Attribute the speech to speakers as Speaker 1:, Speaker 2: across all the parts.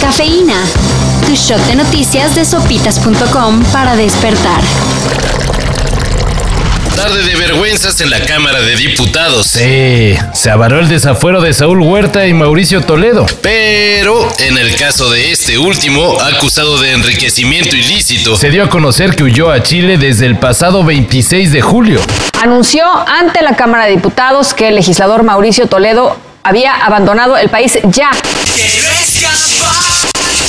Speaker 1: Cafeína. Tu shot de noticias de sopitas.com para despertar.
Speaker 2: Tarde de vergüenzas en la Cámara de Diputados.
Speaker 3: Sí, se avaró el desafuero de Saúl Huerta y Mauricio Toledo.
Speaker 2: Pero en el caso de este último, acusado de enriquecimiento ilícito,
Speaker 3: Se dio a conocer que huyó a Chile desde el pasado 26 de julio.
Speaker 4: anunció ante la Cámara de Diputados que el legislador Mauricio Toledo había abandonado el país ya.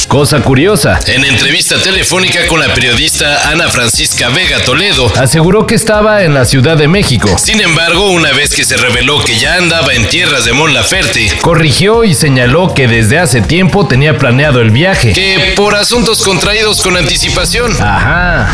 Speaker 3: Cosa curiosa,
Speaker 2: en entrevista telefónica con la periodista Ana Francisca Vega Toledo,
Speaker 3: aseguró que estaba en la Ciudad de México.
Speaker 2: sin embargo, una vez que se reveló que ya andaba en tierras de Mon Laferte,
Speaker 3: Corrigió y señaló que desde hace tiempo tenía planeado el viaje.
Speaker 2: que por asuntos contraídos con anticipación,
Speaker 3: Ajá.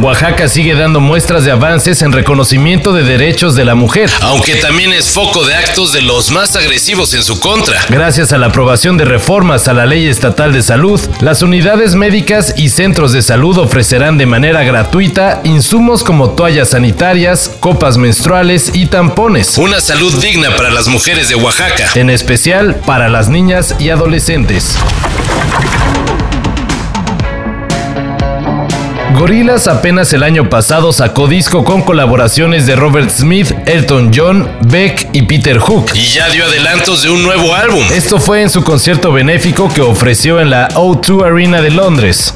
Speaker 3: Oaxaca sigue dando muestras de avances en reconocimiento de derechos de la mujer.
Speaker 2: aunque también es foco de actos de los más agresivos en su contra.
Speaker 3: Gracias a la aprobación de reformas a la Ley Estatal de Salud, las unidades médicas y centros de salud ofrecerán de manera gratuita insumos como toallas sanitarias, copas menstruales y tampones,
Speaker 2: Una salud digna para las mujeres de Oaxaca.
Speaker 3: en especial para las niñas y adolescentes. Gorillaz apenas el año pasado sacó disco con colaboraciones de Robert Smith, Elton John, Beck y Peter Hook.
Speaker 2: Y ya dio adelantos de un nuevo álbum.
Speaker 3: Esto fue en su concierto benéfico que ofreció en la O2 Arena de Londres.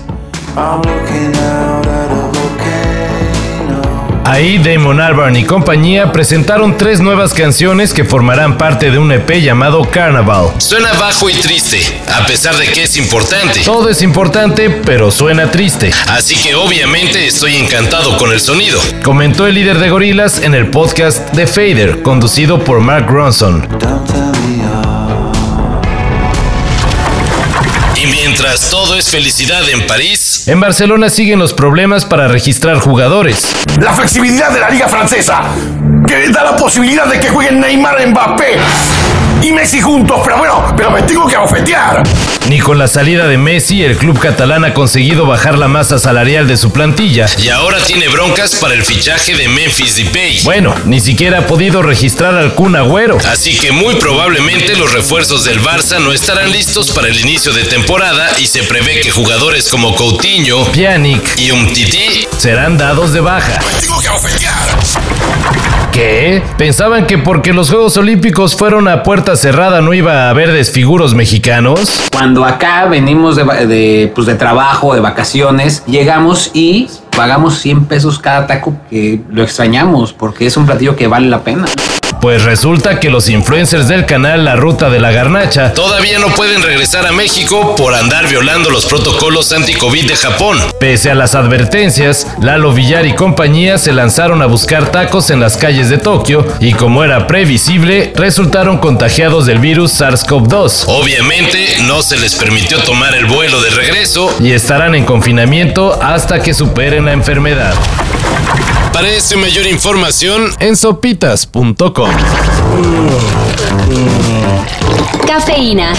Speaker 5: I'm looking out at a volcano.
Speaker 3: Ahí Damon Albarn y compañía presentaron tres nuevas canciones que formarán parte de un EP llamado Carnaval.
Speaker 2: Suena bajo y triste, a pesar de que es importante.
Speaker 3: Todo es importante, pero suena triste,
Speaker 2: Así que obviamente estoy encantado con el sonido.
Speaker 3: comentó el líder de Gorillaz en el podcast The Fader, conducido por Mark Ronson.
Speaker 5: Don't tell me all.
Speaker 2: Y mientras todo es felicidad en París,
Speaker 3: En Barcelona siguen los problemas para registrar jugadores.
Speaker 6: la flexibilidad de la liga francesa, que da la posibilidad de que jueguen Neymar, Mbappé y Messi juntos, pero bueno, pero me tengo que abofetear.
Speaker 3: Ni con la salida de Messi, el club catalán ha conseguido bajar la masa salarial de su plantilla.
Speaker 2: y ahora tiene broncas para el fichaje de Memphis Depay.
Speaker 3: Bueno, ni siquiera ha podido registrar al Kun Agüero.
Speaker 2: Así que muy probablemente los refuerzos del Barça no estarán listos para el inicio de temporada y se prevé que jugadores como Coutinho
Speaker 3: Pjanic
Speaker 2: y Umtiti
Speaker 3: serán dados de baja.
Speaker 6: Me tengo que abofetear.
Speaker 3: ¿Qué? ¿Pensaban que porque los Juegos Olímpicos fueron a puerta cerrada no iba a haber desfiguros mexicanos?
Speaker 7: Cuando acá venimos de, va- de, pues de trabajo, de vacaciones, llegamos y pagamos 100 pesos cada taco que lo extrañamos porque es un platillo que vale la pena.
Speaker 3: Pues resulta que los influencers del canal La Ruta de la Garnacha
Speaker 2: todavía no pueden regresar a México por andar violando los protocolos anti-COVID de Japón.
Speaker 3: Pese a las advertencias, Lalo Villar y compañía se lanzaron a buscar tacos en las calles de Tokio y como era previsible, resultaron contagiados del virus SARS-CoV-2
Speaker 2: Obviamente no se les permitió tomar el vuelo de regreso.
Speaker 3: y estarán en confinamiento hasta que superen la enfermedad. este
Speaker 2: Para eso y mayor información,
Speaker 3: En sopitas.com
Speaker 1: Cafeína.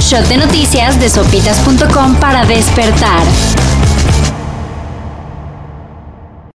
Speaker 1: Shot de noticias de sopitas.com para despertar.